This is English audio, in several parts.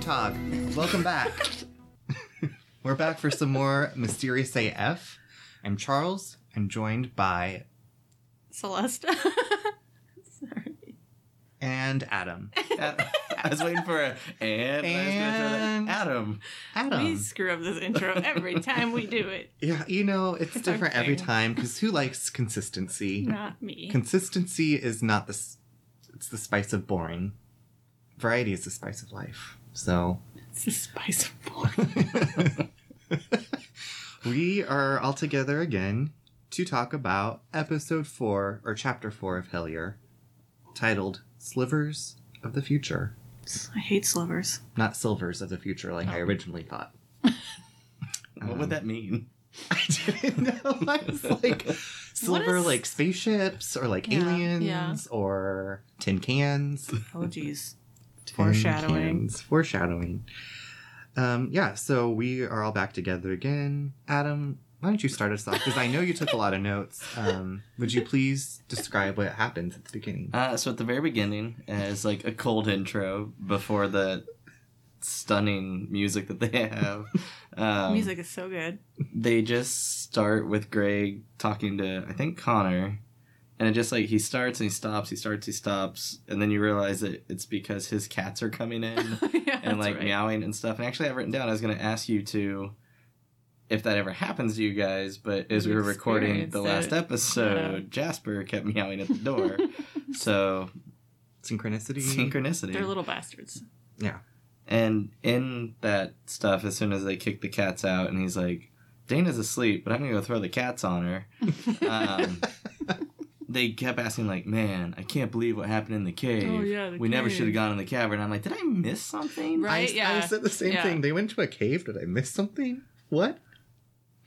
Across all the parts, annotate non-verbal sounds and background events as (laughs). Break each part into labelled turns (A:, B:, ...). A: Tog. Welcome back. We're back for some more Mysterious AF. I'm Charles. I'm joined by
B: Celesta. (laughs) Sorry.
A: and Adam.
C: Uh, I was waiting for a
A: And-
C: and, I was gonna throw that- Adam.
A: Adam.
B: We screw up this intro every time we do it.
A: Yeah, you know, it's,
B: It's
A: different every
B: okay.
A: time because who likes
B: (laughs)
A: consistency?
B: Not me.
A: Consistency is not the s- it's the spice of boring. Variety is the spice of life. So
B: It's the spice of boring.
A: we are all together again to talk about episode four or chapter four of Hellier, titled "Slivers of the Future,"
B: I hate slivers.
A: not "Silvers of the Future" like I originally thought. (laughs)
C: What would that mean?
A: I didn't know. I (laughs) was like silver,
B: is-
A: like spaceships or like
B: Yeah,
A: aliens
B: yeah.
A: or tin cans.
B: Oh, jeez.
A: Tin
B: Foreshadowing.
A: cans. Foreshadowing. Um, yeah, so we are all back together again. Adam, why don't you start us off? Because I know you took a lot of notes. Um, would you please describe what happens at the beginning?
C: Uh, so at the very beginning uh, is like a cold intro before the stunning music that they have. Um,
B: Music is so good. (laughs)
C: They just start with Greg talking to I think Connor, and it just like he starts and he stops, he starts, he stops, and then you realize that it's because his cats are coming in.
B: yeah, that's
C: and like
B: right.
C: meowing and stuff. And actually, I've written down I was going to ask you to, if that ever happens to you guys. But as we
B: You
C: were recording the
B: experienced
C: last
B: it.
C: episode, Jasper kept meowing at
B: (laughs)
C: the door. so
A: Synchronicity?
C: synchronicity.
B: They're little bastards.
A: yeah.
C: and in that stuff, as soon as they kick the cats out, and he's like, "Dana's asleep, but I'm going to go throw the cats on her."
B: (laughs)
C: Um, They kept asking, like, man, I can't believe what happened in the cave.
B: Oh, yeah, the
C: we never
B: cave."
C: should have gone in the cavern. I'm like, did I miss something?
B: Right,
A: I,
B: yeah.
A: I said the same
B: Yeah.
A: thing. They went to a cave. Did I miss something? What?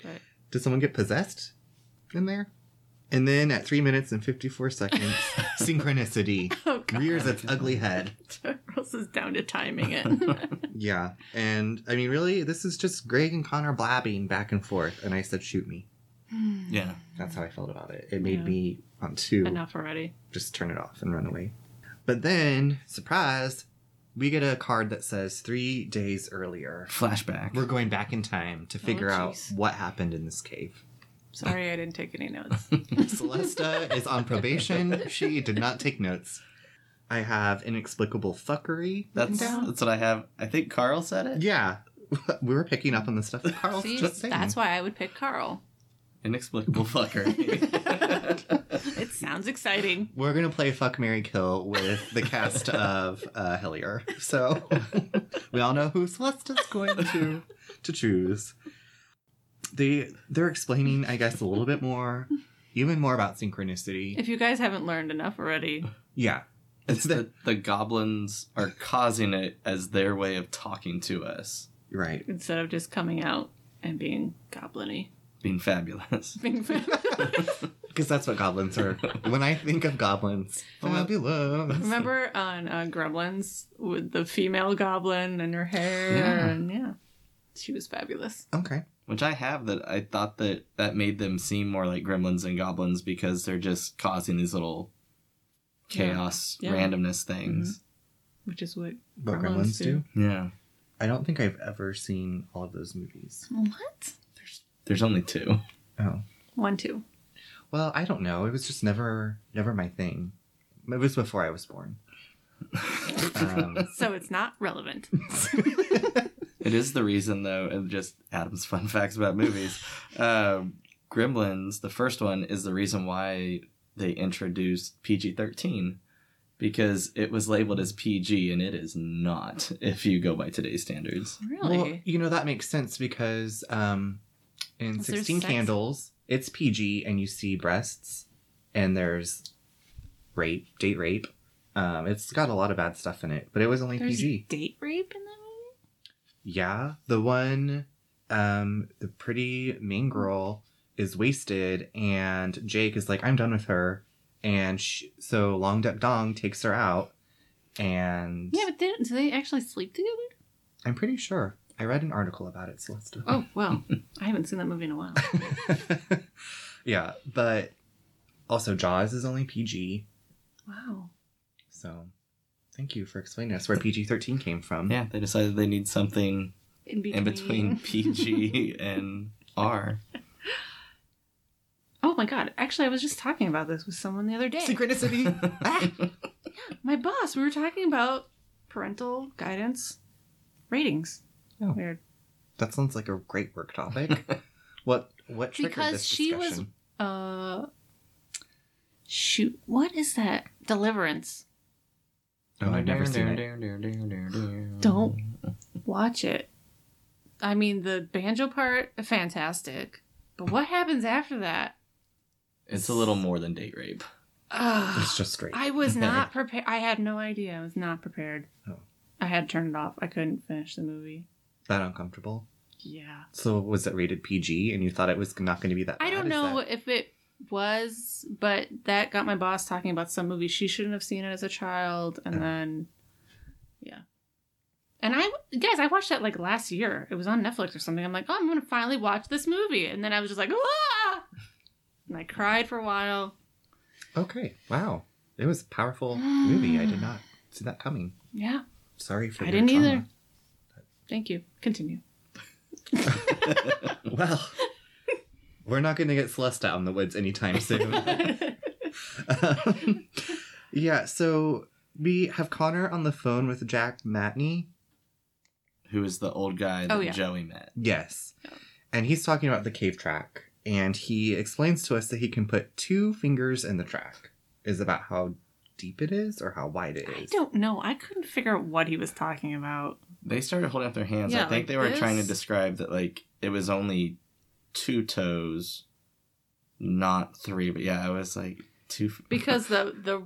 B: But
A: Did someone get possessed in there? And then at three minutes and 54 seconds,
B: (laughs)
A: synchronicity
B: Oh, God. (laughs)
A: rears its ugly head.
B: Charles is down to timing it. (laughs)
A: Yeah. And I mean, really, this is just Greg and Connor blabbing back and forth. And I said, shoot me.
C: (laughs) Yeah.
A: That's how I felt about it. It made
B: Yeah.
A: me want to
B: Enough already.
A: just turn it off and run away. But then, surprise, we get a card that says three days earlier.
C: Flashback.
A: We're going back in time to figure out
B: Oh, jeez.
A: what happened in this cave. (laughs)
B: Sorry, I didn't take any
C: (laughs)
B: notes.
A: Celesta is on probation. She did not take notes. I have inexplicable fuckery.
C: That's
A: written down.
C: that's what I have. I think Carl said it.
A: yeah. (laughs) We were picking up on the stuff that Carl's
B: See,
A: just saying.
B: that's why I would pick Carl.
C: Inexplicable fucker.
B: It sounds exciting.
A: We're gonna play Fuck Mary Kill with the
B: (laughs)
A: cast of uh, Hellier, so (laughs) we all know who Celesta's going to to choose. They they're explaining, I guess, a little bit more, even more about synchronicity.
B: If you guys haven't learned enough already,
A: Yeah,
C: it's that the goblins are causing it as their way of talking to us,
A: right.
B: instead of just coming out and being goblin-y.
C: being fabulous. (laughs)
B: Being
A: Because that's what goblins (laughs) are. when I think of goblins, oh, fabulous.
B: Remember on uh, Gremlins with the female goblin and her hair?
A: Yeah.
B: And yeah, she was fabulous.
A: Okay,
C: Which I have that I thought that that made them seem more like gremlins and goblins because they're just causing these little chaos
B: Yeah.
C: randomness things.
B: Which is what
A: but
B: Gremlins
A: gremlins do.
C: Yeah,
A: I don't think I've ever seen all of those movies.
B: What?
C: there's only two. (laughs)
A: Oh.
B: One, two.
A: Well, I don't know. It was just never, never my thing. It was before I was born. (laughs) um,
B: So it's not relevant.
C: It is the reason, though, and just Adam's fun (laughs) facts about movies. um, Gremlins, the first one, is the reason why they introduced PG 13 because it was labeled as PG and it is not (laughs) if you go by today's standards.
B: Really?
A: Well, you know that makes sense because um, in
B: Is there
A: Sixteen
B: sex?
A: Candles, it's PG, and you see breasts, and there's rape, date rape. Um, it's got a lot of bad stuff in it, but it was only
B: There's
A: PG.
B: date rape in that movie?
A: Yeah, the one, um, the pretty main girl is wasted, and Jake is like, "I'm done with her," and sh so Long Duck Dong takes her out, and
B: Yeah, but did, do they actually sleep together?
A: I'm pretty sure I read an article about it, Celeste.
B: Oh,
C: (laughs)
B: well, I haven't seen that movie in a while.
A: (laughs) yeah, but also Jaws is only PG,
B: Wow.
A: so Thank you for explaining us where PG 13 came from.
C: Yeah, they decided they need something
B: in between. (laughs)
C: in between PG and R.
B: Oh my god! Actually, I was just talking about this with someone the other day.
A: Synchronicity. (laughs) Ah!
B: My boss. We were talking about parental guidance ratings.
A: Oh.
B: Weird.
A: That sounds like a great work topic. what what triggered
B: Because
A: this
B: she was-
A: discussion?
B: Uh, shoot, what is that? Deliverance.
A: Oh, I've never seen it.
C: it.
B: Don't watch it. I mean, the banjo part, fantastic. But what happens after that?
C: It's a little more than date rape.
B: Ugh.
A: It's just straight.
B: I was not prepared. I had no idea. I was not prepared.
A: Oh.
B: I had turned it off. I couldn't finish the movie.
A: That uncomfortable.
B: Yeah.
A: So was it rated PG and you thought it was not going to be that
B: I
A: bad?
B: don't
A: Is
B: know
A: that-
B: if it was, but that got my boss talking about some movie she shouldn't have seen it as a child, and
A: Oh.
B: then, yeah. And I, guys, I watched that like last year. It was on Netflix or something. I'm like, oh, I'm gonna finally watch this movie, and then I was just like, ah, and I cried for a while.
A: Okay. Wow. It was a powerful movie. I did not see that coming.
B: Yeah,
A: Sorry for
B: I
A: your
B: didn't
A: trauma.
B: thank you. (laughs) Continue.
A: either. Well, (laughs) we're not going to get Celeste out in the woods anytime
B: (laughs)
A: soon. (laughs) Um, yeah, so we have Connor on the phone with Jack Matney.
C: Who is the old guy that
B: Oh, yeah.
C: Joey met?
A: Yes.
B: Yeah.
A: And he's talking about the cave track, and he explains to us that he can put two fingers in the track. Is about how deep it is or how wide it
B: I
A: is.
B: don't know. I couldn't figure out what he was talking about.
C: They started holding up their hands. I
B: Yeah,
C: think
B: like
C: they were trying to
B: this.
C: describe that like it was only two toes, not three. But yeah, I was like two
B: Because the the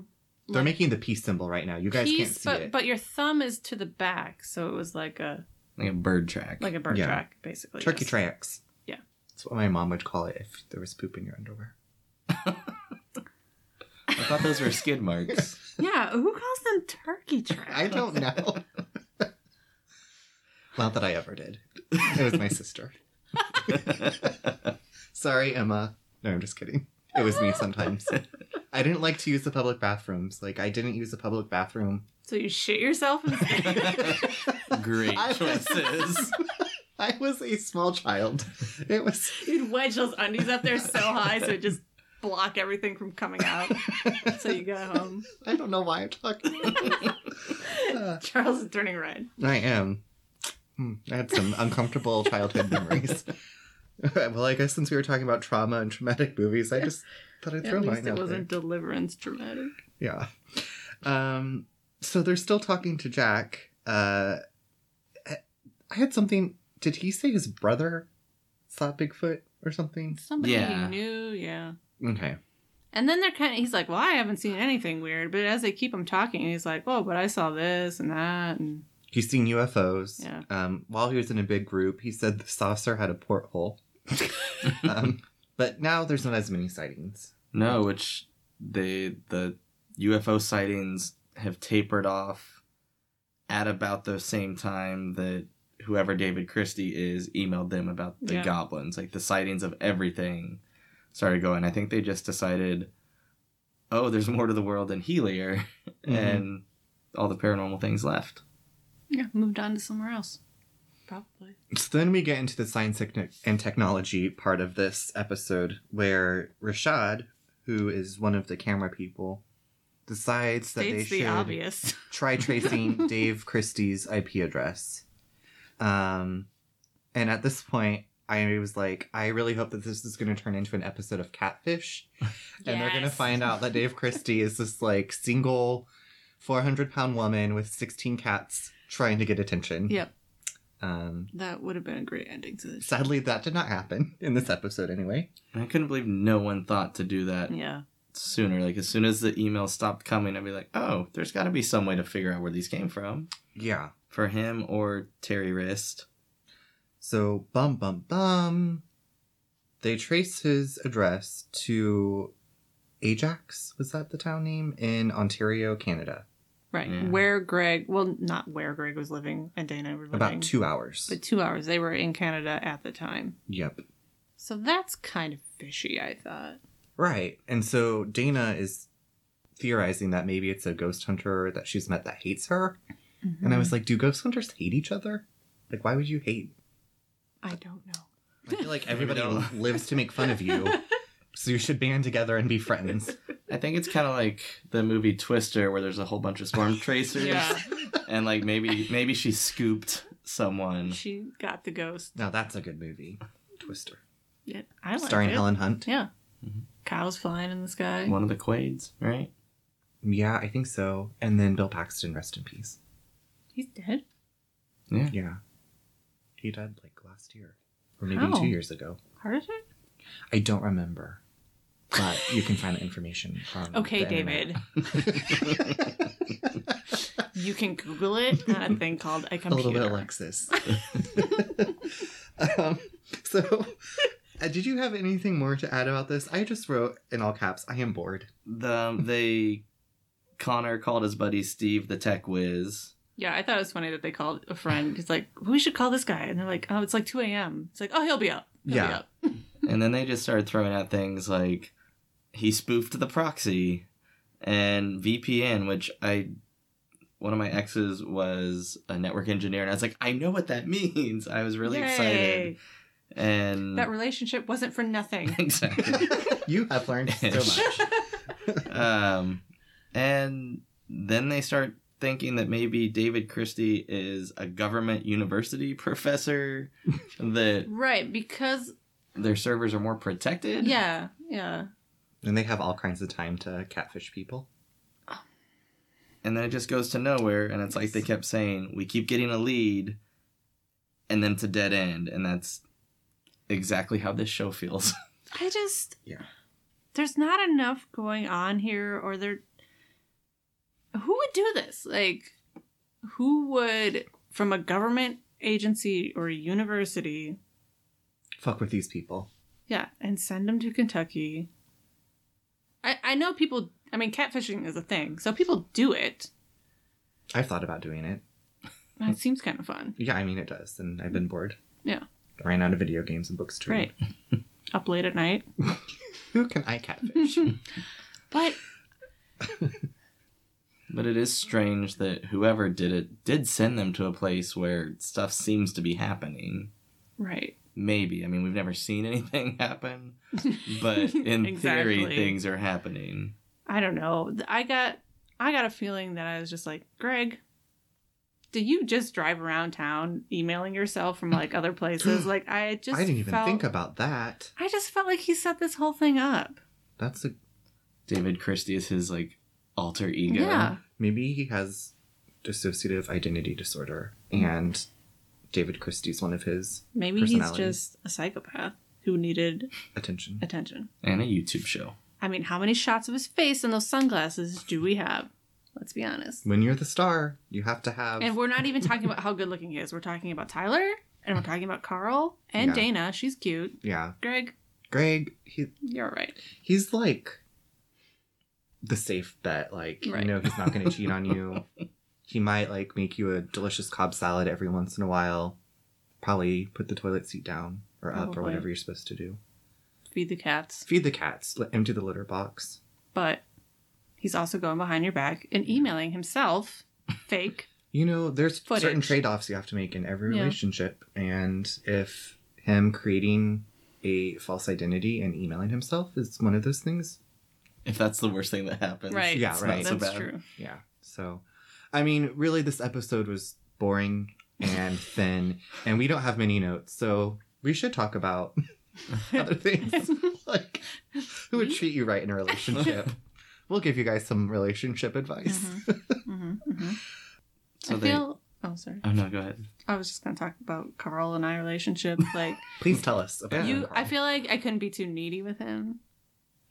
A: They're making the peace symbol right now. You guys can't
B: piece,
A: see
B: but
A: it.
B: but your thumb is to the back, so it was like a
C: like a bird track.
B: like a bird
A: Yeah.
B: track, basically.
A: Turkey
B: yes.
A: tracks.
B: Yeah.
A: That's what my mom would call it if there was poop in your underwear.
C: I thought those were skid marks.
B: (laughs) Yeah, who calls them turkey tracks?
A: (laughs)
B: (laughs)
A: I don't know. Not that I ever did. It was my
B: (laughs)
A: sister. Sorry, Emma. No, I'm just kidding. It was me
B: (laughs)
A: sometimes. I didn't like to use the public bathrooms. Like, I didn't use the public bathroom.
B: So you shit yourself instead.
C: (laughs) (laughs) Great
A: I-
C: choices.
A: I was a small child. It was.
B: (laughs) You'd wedge those undies up there so high so it just block everything from coming
A: (laughs)
B: out. so you got home.
A: I don't know why I'm
B: (laughs)
A: talking. Uh,
B: Charles is turning red.
A: I am. Hmm, I had some uncomfortable childhood memories. (laughs) well, I guess since we were talking about trauma and traumatic movies, I just thought I'd throw
B: At
A: mine
B: least it
A: out
B: wasn't deliverance dramatic.
A: there. Yeah. Um. So they're still talking to Jack. Uh, I had something. Did he say his brother saw Bigfoot or something?
B: Somebody
C: Yeah.
B: he knew, yeah.
A: Okay.
B: And then they're kind of, he's like, well, I haven't seen anything weird. But as they keep him talking, he's like, oh, but I saw this and that. And
A: He's seen UFOs.
B: Yeah.
A: Um, while he was in a big group, he said the saucer had a
B: (laughs)
A: porthole. um, but now there's not as many sightings.
C: No, which they the UFO sightings have tapered off at about the same time that whoever David Christie is emailed them about the
B: Yeah.
C: goblins. Like the sightings of everything started going. I think they just decided, oh, there's more to the world than Helier, (laughs)
B: Mm-hmm.
C: and all the paranormal things left.
B: yeah, moved on to somewhere else. Probably.
A: So then we get into the science techni- and technology part of this episode, where Rashad, who is one of the camera people, decides that they
B: States the
A: should
B: obvious.
A: try
B: (laughs)
A: tracing Dave Christie's IP address. Um, and at this point, I was like, I really hope that this is going to turn into an episode of Catfish, and they're going to
B: Yes.
A: find out that Dave Christie is this like single, four hundred pound woman with sixteen cats trying to get attention.
B: Yep.
A: Um,
B: That would have been a great ending to this.
A: sadly, that did not happen in this episode, anyway.
C: And I couldn't believe no one thought to do that
B: Yeah.
C: sooner. Like as soon as the emails stopped coming, I'd be like, oh, there's got to be some way to figure out where these came from.
A: Yeah.
C: for him or Terry Wrist.
A: So bum bum bum. They trace his address to Ajax, was that the town name? In Ontario, Canada.
B: Right.
C: Yeah.
B: Where Greg, well, not where Greg was living and Dana were living.
A: About two hours.
B: But two hours. They were in Canada at the time.
A: Yep.
B: So that's kind of fishy, I thought.
A: Right. And so Dana is theorizing that maybe it's a ghost hunter that she's met that hates her. And I
B: Mm.
A: was like, do ghost hunters hate each other? Like, why would you hate?
B: I don't know.
A: I feel
B: (laughs)
A: like everybody
C: don't.
A: lives to make fun of you. So you should band together and be friends.
C: I think it's kind of like the movie Twister, where there's a whole bunch of storm
B: (laughs)
C: tracers,
B: Yeah,
C: and like maybe maybe she scooped someone.
B: she got the ghost.
A: Now that's a good movie. Twister.
B: Yeah, I like
A: Starring
B: it.
A: Helen Hunt.
B: Yeah, cows flying in the sky.
C: One of the Quades, right?
A: Yeah, I think so. And then Bill Paxton, rest in peace.
B: He's dead.
C: Yeah.
A: Yeah. He died like last year. Or maybe
B: How?
A: two years ago.
B: Heart attack.
A: I don't remember. But you can find the information from
B: (laughs) Okay,
A: the internet.
B: David.
A: (laughs)
B: You can Google it. Not a thing called a
A: (laughs)
B: computer.
A: A little bit
B: (laughs)
A: Alexis. um, so, (laughs) uh, did you have anything more to add about this? I just wrote in all caps, I am bored.
C: The
B: (laughs)
C: um, they Connor called his buddy Steve the tech whiz.
B: Yeah, I thought it was funny that they called a friend. He's like, we should call this guy. And they're like, oh, it's like 2 a.m. It's like, oh, he'll be up. He'll Be
A: Yeah.
B: up.
C: And then they just started throwing out things like he spoofed the proxy and VPN, which I one of my exes was a network engineer, and I was like, I know what that (laughs) means. I was really
B: Yay.
C: excited. And
B: That relationship wasn't for nothing.
C: (laughs) exactly.
A: You have learned
B: (laughs)
A: so much.
C: um, and then they start thinking that maybe David Christie is a government university (laughs) professor, that
B: right, because,
C: their servers are more protected.
B: yeah, yeah.
A: And they have all kinds of time to catfish people.
C: And then it just goes to nowhere. And it's like they kept saying, we keep getting a lead, and then it's a dead end. And that's exactly how this show feels. (laughs)
B: I just,
A: Yeah.
B: there's not enough going on here, or there. Who would do this? Like, who would, from a government agency or a university,
A: Fuck with these people.
B: Yeah, and send them to Kentucky. I I know people. I mean, catfishing is a thing, so people do it.
A: I've thought about doing it.
B: It seems kind of fun,
A: Yeah, I mean, it does. And I've been bored.
B: Yeah.
A: Ran out of video games and books to read.
C: (laughs)
B: right? Up late at night,
A: Who can I
B: Hmm.
A: catfish?
B: but
C: but it is strange that whoever did it did send them to a place where stuff seems to be happening.
B: right,
C: Maybe. I mean, we've never seen (laughs) anything happen,
B: (laughs)
C: but in
B: Exactly.
C: theory, things are happening.
B: I don't know. I got I got a feeling that I was just like, Greg, do you just drive around town emailing yourself from
A: (clears throat)
B: like other places? Like I just
A: I didn't even
B: felt,
A: think about that.
B: I just felt like he set this whole thing up.
A: That's a.
C: David Christie is his like alter ego.
B: Yeah.
A: Maybe he has dissociative identity disorder, and David Christie's one of his
B: Maybe he's
A: Personalities.
B: just a psychopath who needed
A: attention.
B: attention.
C: And a YouTube show.
B: I mean, how many shots of his face and those sunglasses do we have? Let's be honest.
A: When you're the star, you have to have.
B: And we're not even talking about how good looking he is. We're talking about Tyler and we're talking about Carl and
A: Yeah.
B: Dana. She's cute.
A: yeah,
B: Greg,
A: Greg. He
B: you're all right.
A: he's like the safe bet. Like
B: Right.
A: you know, he's not going
B: (laughs)
A: to cheat on you. He might like make you a delicious cob salad every once in a while. Probably put the toilet seat down or up
B: Probably.
A: or whatever you're supposed to do.
B: Feed the cats.
A: Feed the cats. let- Empty the litter box.
B: But he's also going behind your back and emailing himself fake.
C: (laughs)
A: You know, there's
B: Footage.
A: certain trade offs you have to make in every
B: Yeah.
A: relationship, and if him creating a false identity and emailing himself is one of those things,
C: If that's the worst thing that happens.
B: Right.
A: Yeah,
C: it's not
A: right.
C: so
B: That's
C: bad. (laughs)
B: true.
A: Yeah. So, I mean, really, this episode was boring and
B: (laughs)
A: thin, and we don't have many notes, so we should talk about (laughs) other
B: (laughs)
A: things like who would treat you right in a relationship. we'll give you guys some relationship advice.
B: hmm hmm
C: (laughs)
B: Mm-hmm.
C: So
B: I
C: they.
B: feel. Oh, sorry.
C: Oh no, go ahead.
B: I was just going to talk about Carl and I
C: (laughs)
B: relationship. Like,
A: Please tell us about
B: you,
A: Carl.
B: I feel like I couldn't be too needy with him.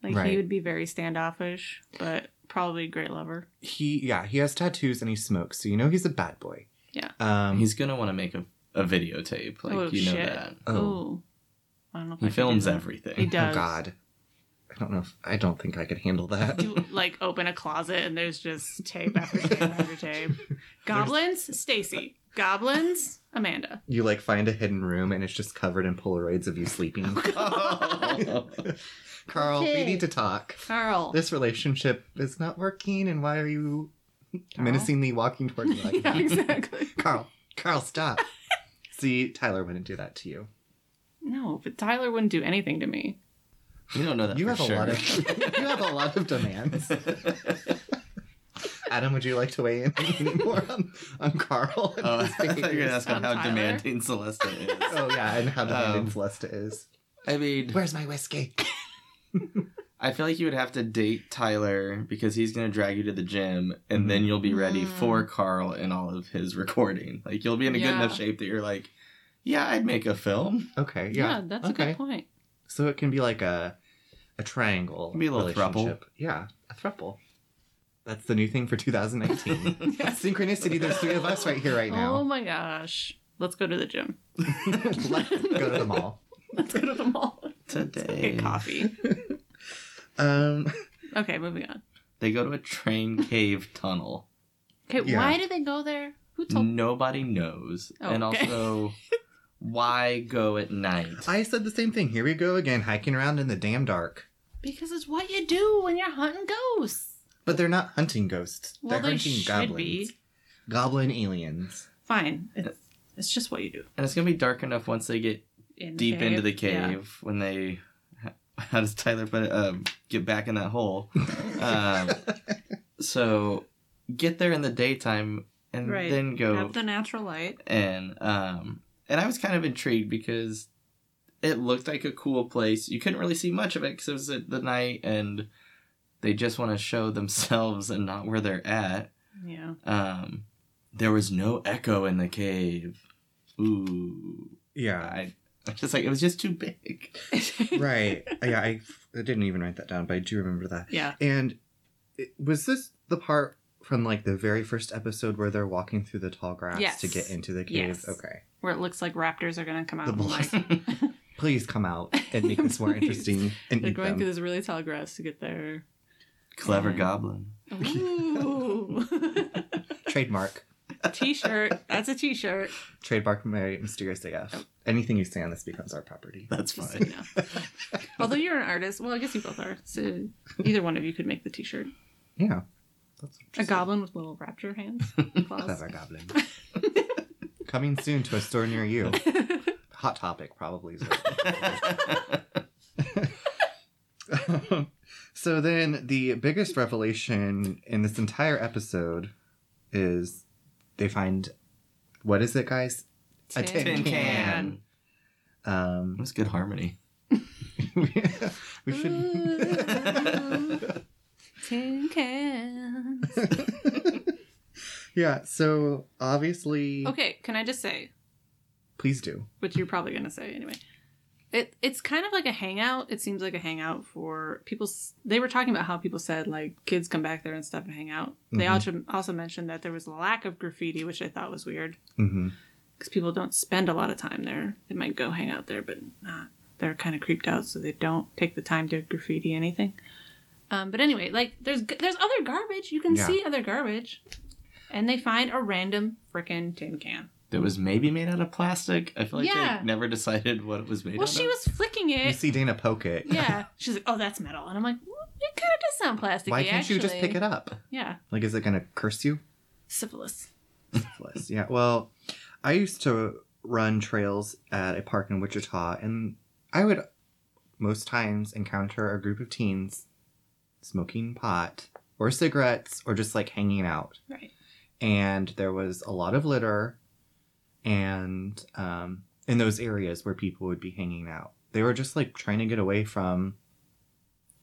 B: Like
A: Right.
B: he would be very standoffish, but probably a great lover.
A: he yeah he has tattoos and he smokes, so you know he's a bad boy.
B: Yeah.
A: Um.
C: He's gonna want to make a, a videotape. Like
B: Oh,
C: you know
B: shit.
C: that.
A: Oh.
B: Ooh. I don't know if I
C: He
B: could
C: films
B: do that. He (laughs)
C: everything.
B: does.
A: Oh God. I don't know. If, I don't think I could handle
B: (laughs)
A: that.
B: You like
C: (laughs)
B: open a closet and there's just tape after tape after tape. Goblins, Stacy. Goblins, Amanda.
A: You like find a hidden room and it's just covered in Polaroids of you
B: (laughs)
A: sleeping. Carl, we
D: Okay.
A: need to talk.
B: Carl.
A: This relationship is not working, and why are you
B: Carl.
A: menacingly walking toward me like
B: (laughs) Yeah,
A: that?
B: exactly.
A: Carl, Carl,
B: (laughs)
A: stop. See, Tyler wouldn't do that to you.
B: No, but Tyler wouldn't do anything to me.
C: (laughs) you don't know that.
A: You
C: for
A: have
C: sure.
A: a lot of (laughs) you have a lot of
B: (laughs)
A: demands. Adam, would you like to weigh in anymore on, on Carl? and
C: (laughs) (laughs) Oh, I
A: his
C: thought you were gonna
A: behaviors?
C: ask on
B: On
C: how
B: Tyler?
C: demanding Celeste is.
A: (laughs) oh yeah, and how demanding
C: Um,
A: Celeste is.
C: I mean,
A: Where's my whiskey?
C: I feel like you would have to date Tyler because he's gonna drag you to the gym, and then you'll be ready
B: Mm.
C: for Carl and all of his recording. Like you'll be in a good
B: Yeah.
C: enough shape that you're like, yeah, I'd make a film.
A: Okay, yeah.
B: Yeah, that's a
A: okay.
B: good point.
A: So it can be like a a triangle.
C: Can be a little throuple.
A: relationship. Yeah, a throuple. That's the new thing for
C: (laughs)
A: 2019. Synchronicity, there's three of us right here right
B: Oh
A: now.
B: my gosh. Let's go to the gym. (laughs)
A: (laughs) Let's go to the mall.
B: Let's go to
A: (laughs)
B: the mall.
C: Today,
B: Get coffee.
A: Um,
B: Okay, moving on.
C: they go to
B: (laughs)
C: a train cave tunnel.
B: Okay,
A: Yeah. Mm.
B: why did they go there? Who told
C: Nobody knows,
B: Oh,
C: and
B: okay. (laughs)
C: also, why go at night?
A: I said the same thing. Here we go again, hiking around in the damn dark.
B: Because it's what you do when you're hunting ghosts.
A: But they're not hunting ghosts.
B: Well,
A: they're
B: they
A: hunting
B: should
A: goblins.
B: be.
A: Goblin aliens.
B: (laughs) Fine. It's, it's just what you do.
C: and it's gonna be dark enough once they get
B: In
C: deep into the
B: Yeah.
C: cave when they (laughs) how does tyler put it um, get back in that hole um, so get there in the daytime and
B: Right.
C: then go
A: Oh.
B: Have the natural light.
C: and um, and i was kind of intrigued because it looked like a cool place you couldn't really see much of it because it was at the night and they just want to show themselves and not where they're at
B: Yeah.
C: um, there was no echo in the cave ooh
A: Yeah.
C: i I was just like it was just too big
A: right. Yeah, I, I didn't even write that down, but I do remember that.
B: yeah.
A: And it, was this the part from like the very first episode where they're walking through the tall grass
B: Yes.
A: to get into the cave?
B: Yes.
A: Okay.
B: Where it looks like raptors are going to come out.
A: The
B: and, like,
A: Please come
B: (laughs)
A: out and make this more
B: Please.
A: interesting and
B: (laughs) they're
A: eat
B: going
A: them.
B: through this really tall grass to get there.
C: Clever
B: Yeah.
C: goblin.
B: (laughs) Ooh. (laughs)
A: Trademark.
B: t shirt. That's a t shirt.
A: Trademark my mysterious AF.
B: Oh.
A: Anything you say on this becomes our property.
C: That's
B: Just
C: (laughs)
B: so you know. Although you're an artist, well, I guess you both are. So either one of you could make the T-shirt.
A: Yeah. That's
B: A
A: interesting.
B: goblin with little raptor hands, claws. (laughs)
A: Clever goblin. Coming soon to a store near you. Hot topic probably. is what- (laughs) so then the biggest revelation in this entire episode is they find what is it guys (laughs) A tin
C: Tin can.
A: can. um
C: That's good harmony.
A: (laughs) we
B: Uh.
A: should (laughs)
B: Ooh, tin can.
A: Mm. yeah so obviously
B: Okay, can I just say,
A: please do
B: which you're probably gonna say anyway? It it's kind of like a hangout. It seems like a hangout for people. s- They were talking about how people said like kids come back there and stuff and hang out. They
A: Mhm.
B: also also mentioned that there was a lack of graffiti, which I thought was weird.
A: Mhm.
B: because people don't spend a lot of time there. They might go hang out there, but not. They're kind of creeped out, so they don't take the time to graffiti anything. Um, but anyway, like there's there's other garbage. You can
A: Yeah.
B: see other garbage, and they find a random frickin' tin can.
C: That was maybe made out of plastic. I feel like
B: Yeah.
C: they never decided what it was made
B: Well,
C: out
B: she
C: of.
B: was flicking
A: you
B: it.
A: see dana poke it
B: Yeah, (laughs) she's like, "Oh, that's metal," and I'm like, "Well, "It kind of does sound plasticky."
A: why can't
B: actually.
A: you just pick it up
B: Yeah,
A: like is it gonna curse you
B: syphilis.
A: Syphilis. Yeah. Well, I used to run trails at a park in Wichita, and I would most times encounter a group of teens smoking pot or cigarettes or just like hanging out.
B: Right.
A: And there was a lot of litter, and um, in those areas where people would be hanging out, they were just like trying to get away from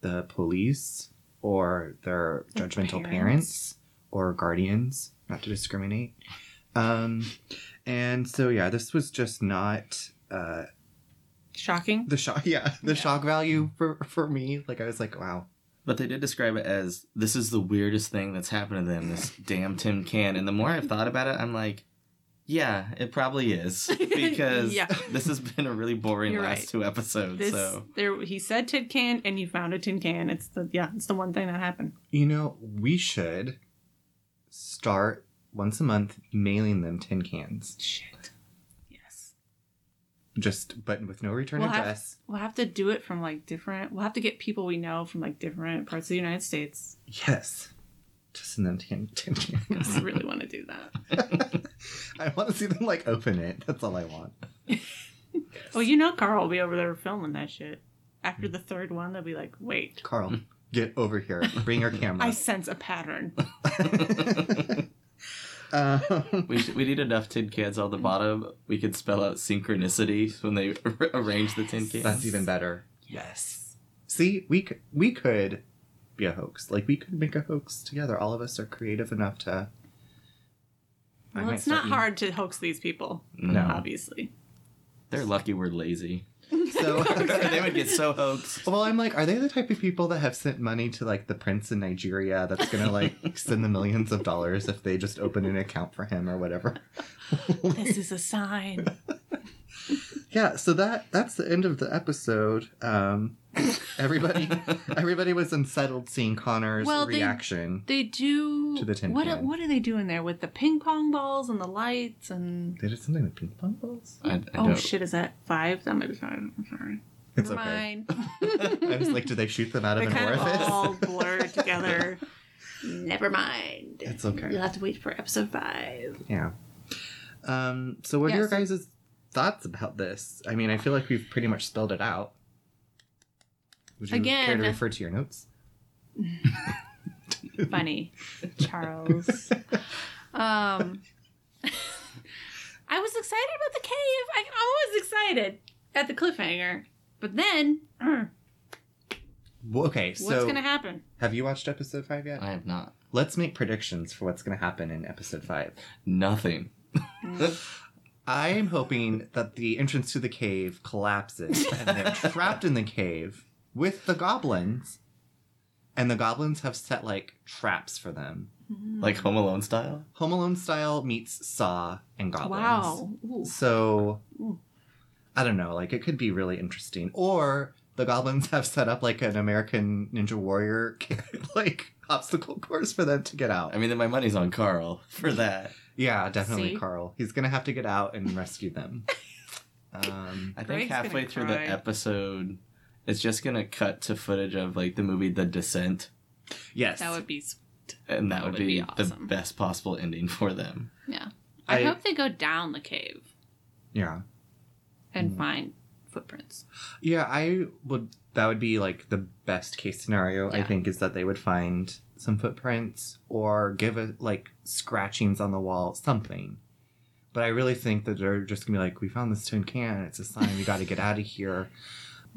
A: the police or their
B: Their
A: judgmental
B: parents.
A: parents or guardians, not to discriminate. Um, and so yeah, this was just not uh,
B: Shocking.
A: the shock. (laughs) Yeah, the
B: Yeah.
A: shock value for for me. Like I was like, wow,
C: But they did describe it as this is the weirdest thing that's happened to them,
B: (laughs)
C: this damn tin can. And the more I've thought about it, I'm like, yeah, it probably
B: (laughs)
C: is. Because
B: Yeah.
C: this has been a really boring
B: You're
C: last
B: right.
C: two episodes.
B: This
C: So
B: there he said tin can, and you found a tin can. It's the yeah, it's the one thing that happened.
A: you know, we should start once a month, mailing them tin cans.
B: Shit. Yes.
A: Just, but with no return
B: We'll have-
A: address.
B: We'll have to do it from like different. We'll have to get people we know from like different parts of the United States.
A: Yes. To send them tin, tin
B: I
A: cans.
B: just really want to do that.
A: (laughs) I want to see them like open it. That's all I
B: (laughs)
A: want.
B: Well, Oh, you know, Carl will be over there filming that shit. After the third one, they'll be like, wait,
A: Carl, get over here. Bring
B: (laughs)
A: your camera.
B: I sense
A: (laughs)
B: a pattern.
A: um,
C: We, should, we need enough tin cans
B: Mm.
C: on the bottom. We could spell out synchronicities when they (laughs) ar- arrange the tin cans.
A: that's even better. Yes. See, we could, we could be a hoax. Like we could make a hoax together. All of us are creative enough
B: (laughs)
A: to. I
B: Well,
A: might
B: it's
A: start
B: not
A: eating-
B: hard to hoax these people,
C: No,
B: obviously.
C: they're lucky we're lazy.
B: (laughs)
A: So.
C: they would get so (laughs) hoaxed.
A: Well, I'm like, are they the type of people that have sent money to like the prince in Nigeria that's gonna
B: (laughs)
A: like send the millions of dollars if they just open an account for him or whatever?
B: this is
A: (laughs)
B: a sign.
A: yeah so that that's the end of the episode um
B: (laughs)
A: everybody everybody was unsettled seeing connor's
B: Well, they-
A: reaction
B: They do.
A: To the tin
B: what,
A: can.
B: what do they do in there with the ping pong balls and the lights and.
A: they did something with ping pong balls
C: I, I
B: Oh
C: don't-
B: shit! Is that five? That might be five. I'm sorry.
A: it's
B: Never
A: okay
B: mind.
A: i was like did they shoot them out of
B: They're
A: an
B: kind
A: orifice (laughs)
B: of all blurred together. Never mind.
A: It's okay.
B: You'll have to wait for episode
A: (laughs)
B: five.
A: yeah um so what are
B: Yeah,
A: your
B: so-
A: guys' thoughts about this i mean i feel like we've pretty much spelled it out would you care
B: Again-
A: to refer to your notes
B: Funny, Charles. Um, (laughs) I was excited about the cave. I, I was excited at the cliffhanger, but then (clears throat) mm,
A: well, okay so
B: what's gonna happen?
A: have you watched episode five yet
C: I have not.
A: let's make predictions for what's gonna happen in episode five
C: Nothing.
A: I'm hoping that the entrance to the cave collapses and they're (laughs) trapped in the cave with the goblins. And the goblins have set like traps for them.
B: Mm-hmm.
C: Like Home Alone style?
A: Home Alone style meets Saw and goblins.
B: Wow. Ooh.
A: So
B: Ooh.
A: I don't know, like it could be really interesting. Or the goblins have set up like an American Ninja Warrior (laughs) like obstacle course for them to get out.
C: I mean, then my money's on Carl for that.
A: yeah, definitely
B: See?
A: Carl. He's gonna have to get out and rescue
B: (laughs)
A: them. um
C: I
B: Greg's
C: think
B: gonna
C: halfway through the
B: cry.
C: episode, it's just gonna cut to footage of like the movie The Descent,
A: yes.
B: That would be. s-
C: and that,
B: That
C: would,
B: would
C: be,
B: be awesome.
C: the best possible ending for them.
B: Yeah. I,
A: I-
B: hope they go down the cave
A: yeah.
B: and
A: Mm.
B: find footprints.
A: Yeah, I would. That would be like the best case scenario. I
B: Yeah.
A: think is that they would find some footprints or give a like scratchings on the wall, something. But I really think that they're just gonna be like, "We found this tin can. It's a sign. We got to get out of
B: (laughs)
A: here."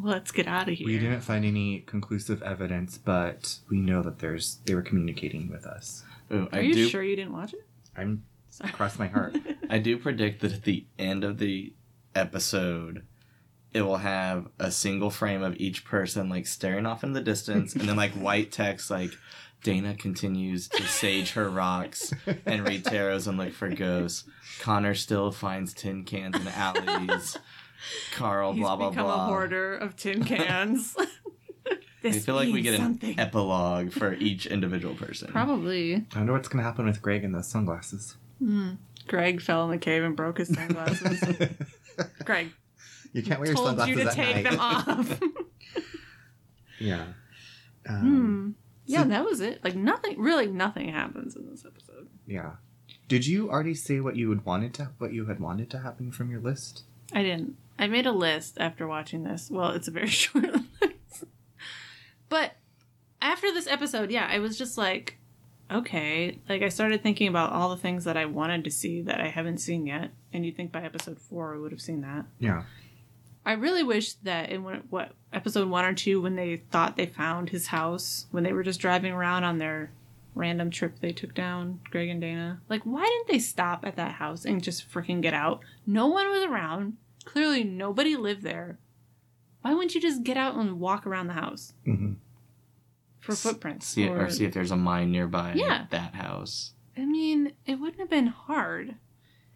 B: Let's get out of here.
A: We didn't find any conclusive evidence, but we know that there's they were communicating with us.
C: Ooh,
B: Are
C: I
B: you
C: do.
B: sure you didn't watch it?
A: I'm
B: Sorry.
A: cross my
B: (laughs)
A: heart.
C: I do predict that at the end of the episode, it will have a single frame of each person like staring off in the distance, and
B: (laughs)
C: then like white text like Dana continues to sage her rocks and read tarots and look for ghosts. Connor still finds tin cans in alleys. Carl,
B: He's
C: Oh, blah blah
B: become
C: blah.
B: a hoarder of tin (laughs) cans.
C: I
B: this
C: feel like we
B: means
C: get
B: something.
C: an epilogue for each individual person.
B: Probably.
A: I wonder what's gonna happen with Greg and those sunglasses.
B: Hmm. Greg fell in the cave and broke his sunglasses. (laughs) Greg
A: (laughs) you can't wear your
B: told
A: sunglasses
B: you to
A: at
B: take
A: night.
B: them off.
A: Yeah. Um,
B: Hmm. Yeah, that was it. Like nothing, really, nothing happens in this episode.
A: Yeah. Did you already say what you would wanted to what you had wanted to happen from your list?
B: I didn't. I made a list after watching this. Well, it's a very (laughs) short list. But after this episode, yeah, I was just like, okay. Like, I started thinking about all the things that I wanted to see that I haven't seen yet. And you'd think by episode four, I would have seen that.
A: Yeah.
B: I really wish that in what, what episode one or two, when they thought they found his house, when they were just driving around on their random trip they took down, Greg and Dana, like, why didn't they stop at that house and just freaking get out? No one was around. Clearly, nobody lived there. Why wouldn't you just get out and walk around the house
A: hmm
B: for
C: S-
B: footprints?
C: See or, see if there's a mine nearby
B: Yeah.
C: that house.
B: I mean, it wouldn't have been hard.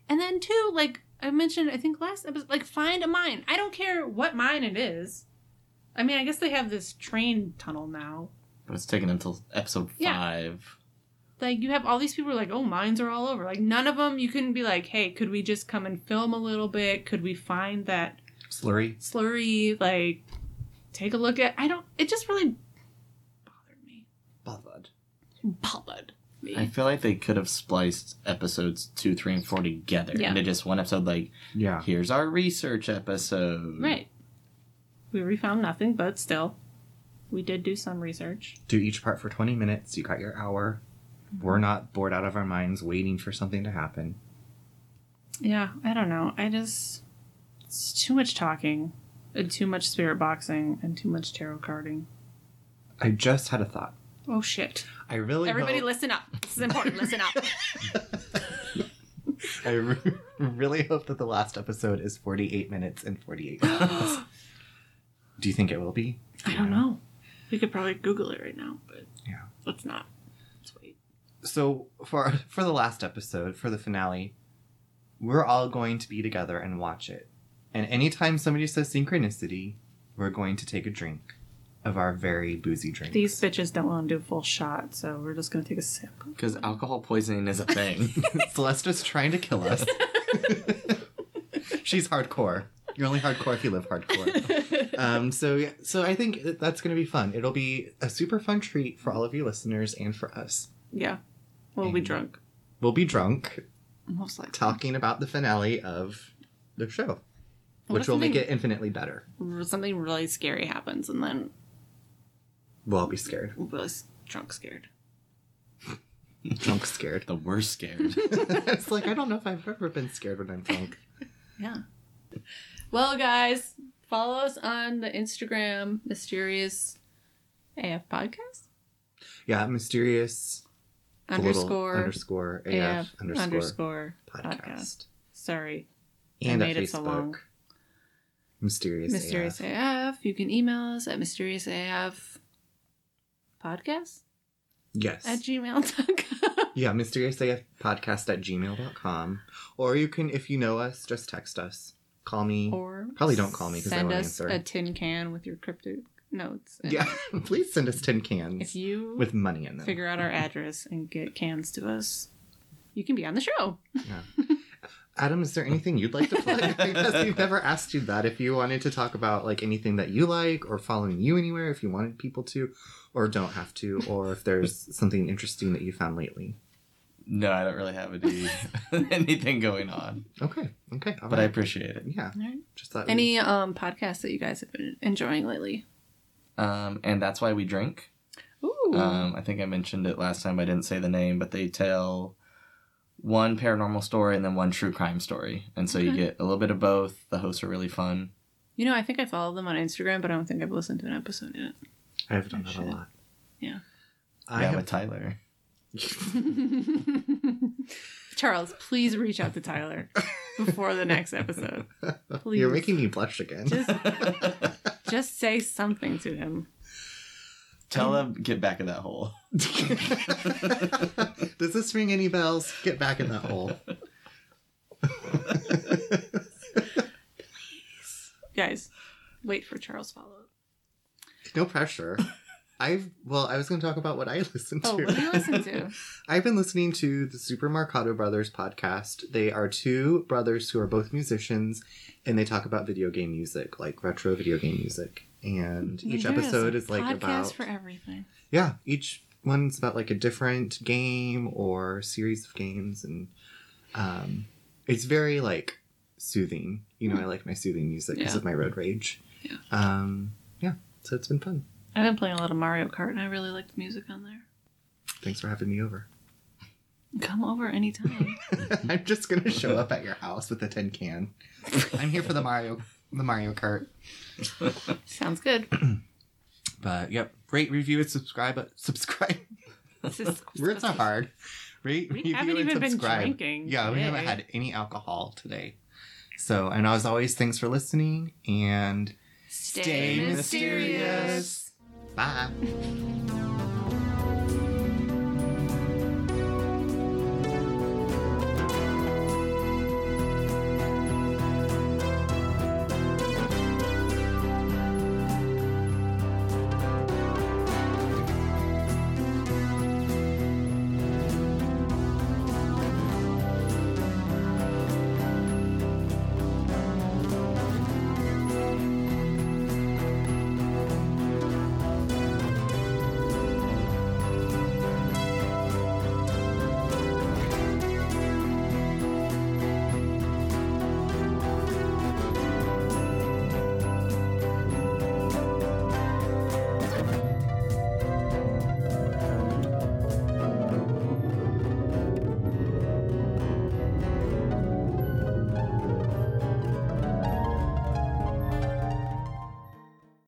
B: And then too, like I mentioned, I think last episode, like find a mine. I don't care what mine it is. I mean, I guess they have this train tunnel now.
C: But it's taken until episode
B: Yeah.
C: five.
B: like you have all these people who are like, oh, mines are all over. Like none of them, you couldn't be like, hey, could we just come and film a little bit? Could we find that
A: Slurry.
B: slurry? Like, take a look at. I don't. It just really bothered me.
A: Bothered.
B: Bothered me.
C: I feel like they could have spliced episodes two, three, and four together
B: Yeah.
C: into just one episode. Like,
A: Yeah.
C: here's our research episode.
B: right. We really found nothing, but still, we did do some research.
A: (laughs) Do each part for 20 minutes. You got your hour.
B: Mm-hmm.
A: We're not bored out of our minds waiting for something to happen.
B: Yeah, I don't know. I just it's too much talking, and too much spirit boxing, and too much tarot carding.
A: I just had a thought.
B: Oh shit!
A: I really
B: Everybody,
A: hope,
B: listen up. This is important. listen up.
A: (laughs) I re- (laughs) really hope that the last episode is 48 minutes and
B: (gasps)
A: 48 seconds.
B: I
A: Do you think it will be?
B: don't know. We could probably Google it right now, but
A: Yeah.
B: let's not. Let's wait.
A: So for (laughs) for the last episode, for the finale, we're all going to be together and watch it. And anytime somebody says synchronicity, we're going to take a drink of our very boozy drink.
B: These
A: (laughs)
B: bitches don't want to do a full shot, so we're just gonna take a sip.
C: Because alcohol poisoning is
B: (laughs)
C: a thing.
A: Celesta's trying to kill us. She's hardcore. You're only hardcore if you live
B: (laughs)
A: hardcore. Um, so yeah, so I think that's going to be fun. It'll be a super fun treat for all of you listeners and for us.
B: yeah, we'll be
A: Mm.
B: drunk
A: We'll be drunk
B: most likely.
A: talking about the finale of the show,
B: What
A: which
B: if
A: will make
B: something-
A: it infinitely better.
B: Something really scary happens, and then
A: We'll all be (laughs) scared,
B: we're s- drunk scared.
A: drunk
B: (laughs)
A: scared.
C: the worst scared.
A: it's like I don't know if I've ever been scared when I'm drunk.
B: Yeah. Well, guys, follow us on the Instagram, Mysterious AF Podcast
A: Yeah, mysterious little
B: underscore
A: underscore af,
B: AF
A: underscore,
B: underscore,
A: podcast.
B: podcast. Sorry, I
A: and
B: made
A: at
B: it so long.
A: Facebook. mysterious,
B: Mysterious
A: AF.
B: AF. You can email us at Mysterious AF Podcast
A: Yes.
B: at gmail.com.
A: (laughs) yeah, mysterious AF podcast at gmail.com. Or you can, if you know us, just text us. Call me.
B: Or
A: Probably don't call me 'cause I
B: send
A: won't
B: us
A: answer.
B: a tin can with your cryptic notes.
A: (laughs)
B: and
A: yeah, please send us tin cans
B: If you
A: with money in them.
B: figure out our address and get cans to us, you can be on the show.
A: Oh, Adam, is there anything you'd like to plug?
C: (laughs)
A: because we've never asked you that. If you wanted to talk about like anything that you like, or following you anywhere, if you wanted people to, or don't have to, or if
C: (laughs)
A: there's something interesting that you found lately.
C: no, I don't really have any, (laughs) anything going on,
A: Okay, okay, all
C: but I
A: right.
C: appreciate it.
A: yeah,
B: All right.
A: just thought we-
B: Any um podcasts that you guys have been enjoying lately?
C: Um, and that's why we drink.
B: Ooh.
C: Um, I think I mentioned it last time. I didn't say the name, but they tell one paranormal story and then one true crime story, and so you
B: Okay.
C: get a little bit of both. The hosts are really fun.
B: you know, I think I follow them on Instagram, but I don't think I've listened to an episode yet.
A: I have done that a
B: Shit.
A: lot.
B: Yeah.
A: I
C: yeah,
A: have
C: with Tyler.
B: (laughs) Charles, please reach out to Tyler before the next episode.
A: (laughs)
B: Please.
A: You're making me blush again. (laughs)
B: just just say something to him.
C: Tell him get back in that hole.
A: Does this ring any bells? Get back in that hole.
B: Guys, wait for Charles follow up.
A: No
B: (laughs)
A: pressure. I've well, I was going to talk about what I (laughs) listened to.
B: Oh, what do you listen to?
A: I've been listening to the Super Mercado Brothers podcast. They are two brothers who are both musicians, and they talk about video game music, like retro video game music. And (laughs) each
B: There
A: episode
B: a
A: is like
B: podcast
A: about
B: for everything.
A: yeah, each one's about like a different game or series of games, and um, it's very like soothing. You know, I like my soothing music because
B: Hmm. Yeah.
A: of my road rage.
B: Yeah.
A: Um, yeah. So it's been fun.
B: I've been playing a lot of Mario Kart, and I really like the music on there.
A: Thanks for having me over.
B: Come over
A: (laughs)
B: anytime.
A: I'm just gonna show up at your house with a tin can. I'm here for the Mario, the Mario Kart.
B: Sounds good.
A: But yep, rate, review, and subscribe. uh, Subscribe. (laughs)
B: This is-
A: Words are hard. Rate,
B: We
A: review,
B: haven't
A: and
B: even been
A: subscribe.
B: drinking
A: Yeah, we haven't
B: today.
A: had any alcohol today. So, and as always, thanks for listening and
B: Stay,
A: Stay
B: mysterious.
A: mysterious. bye.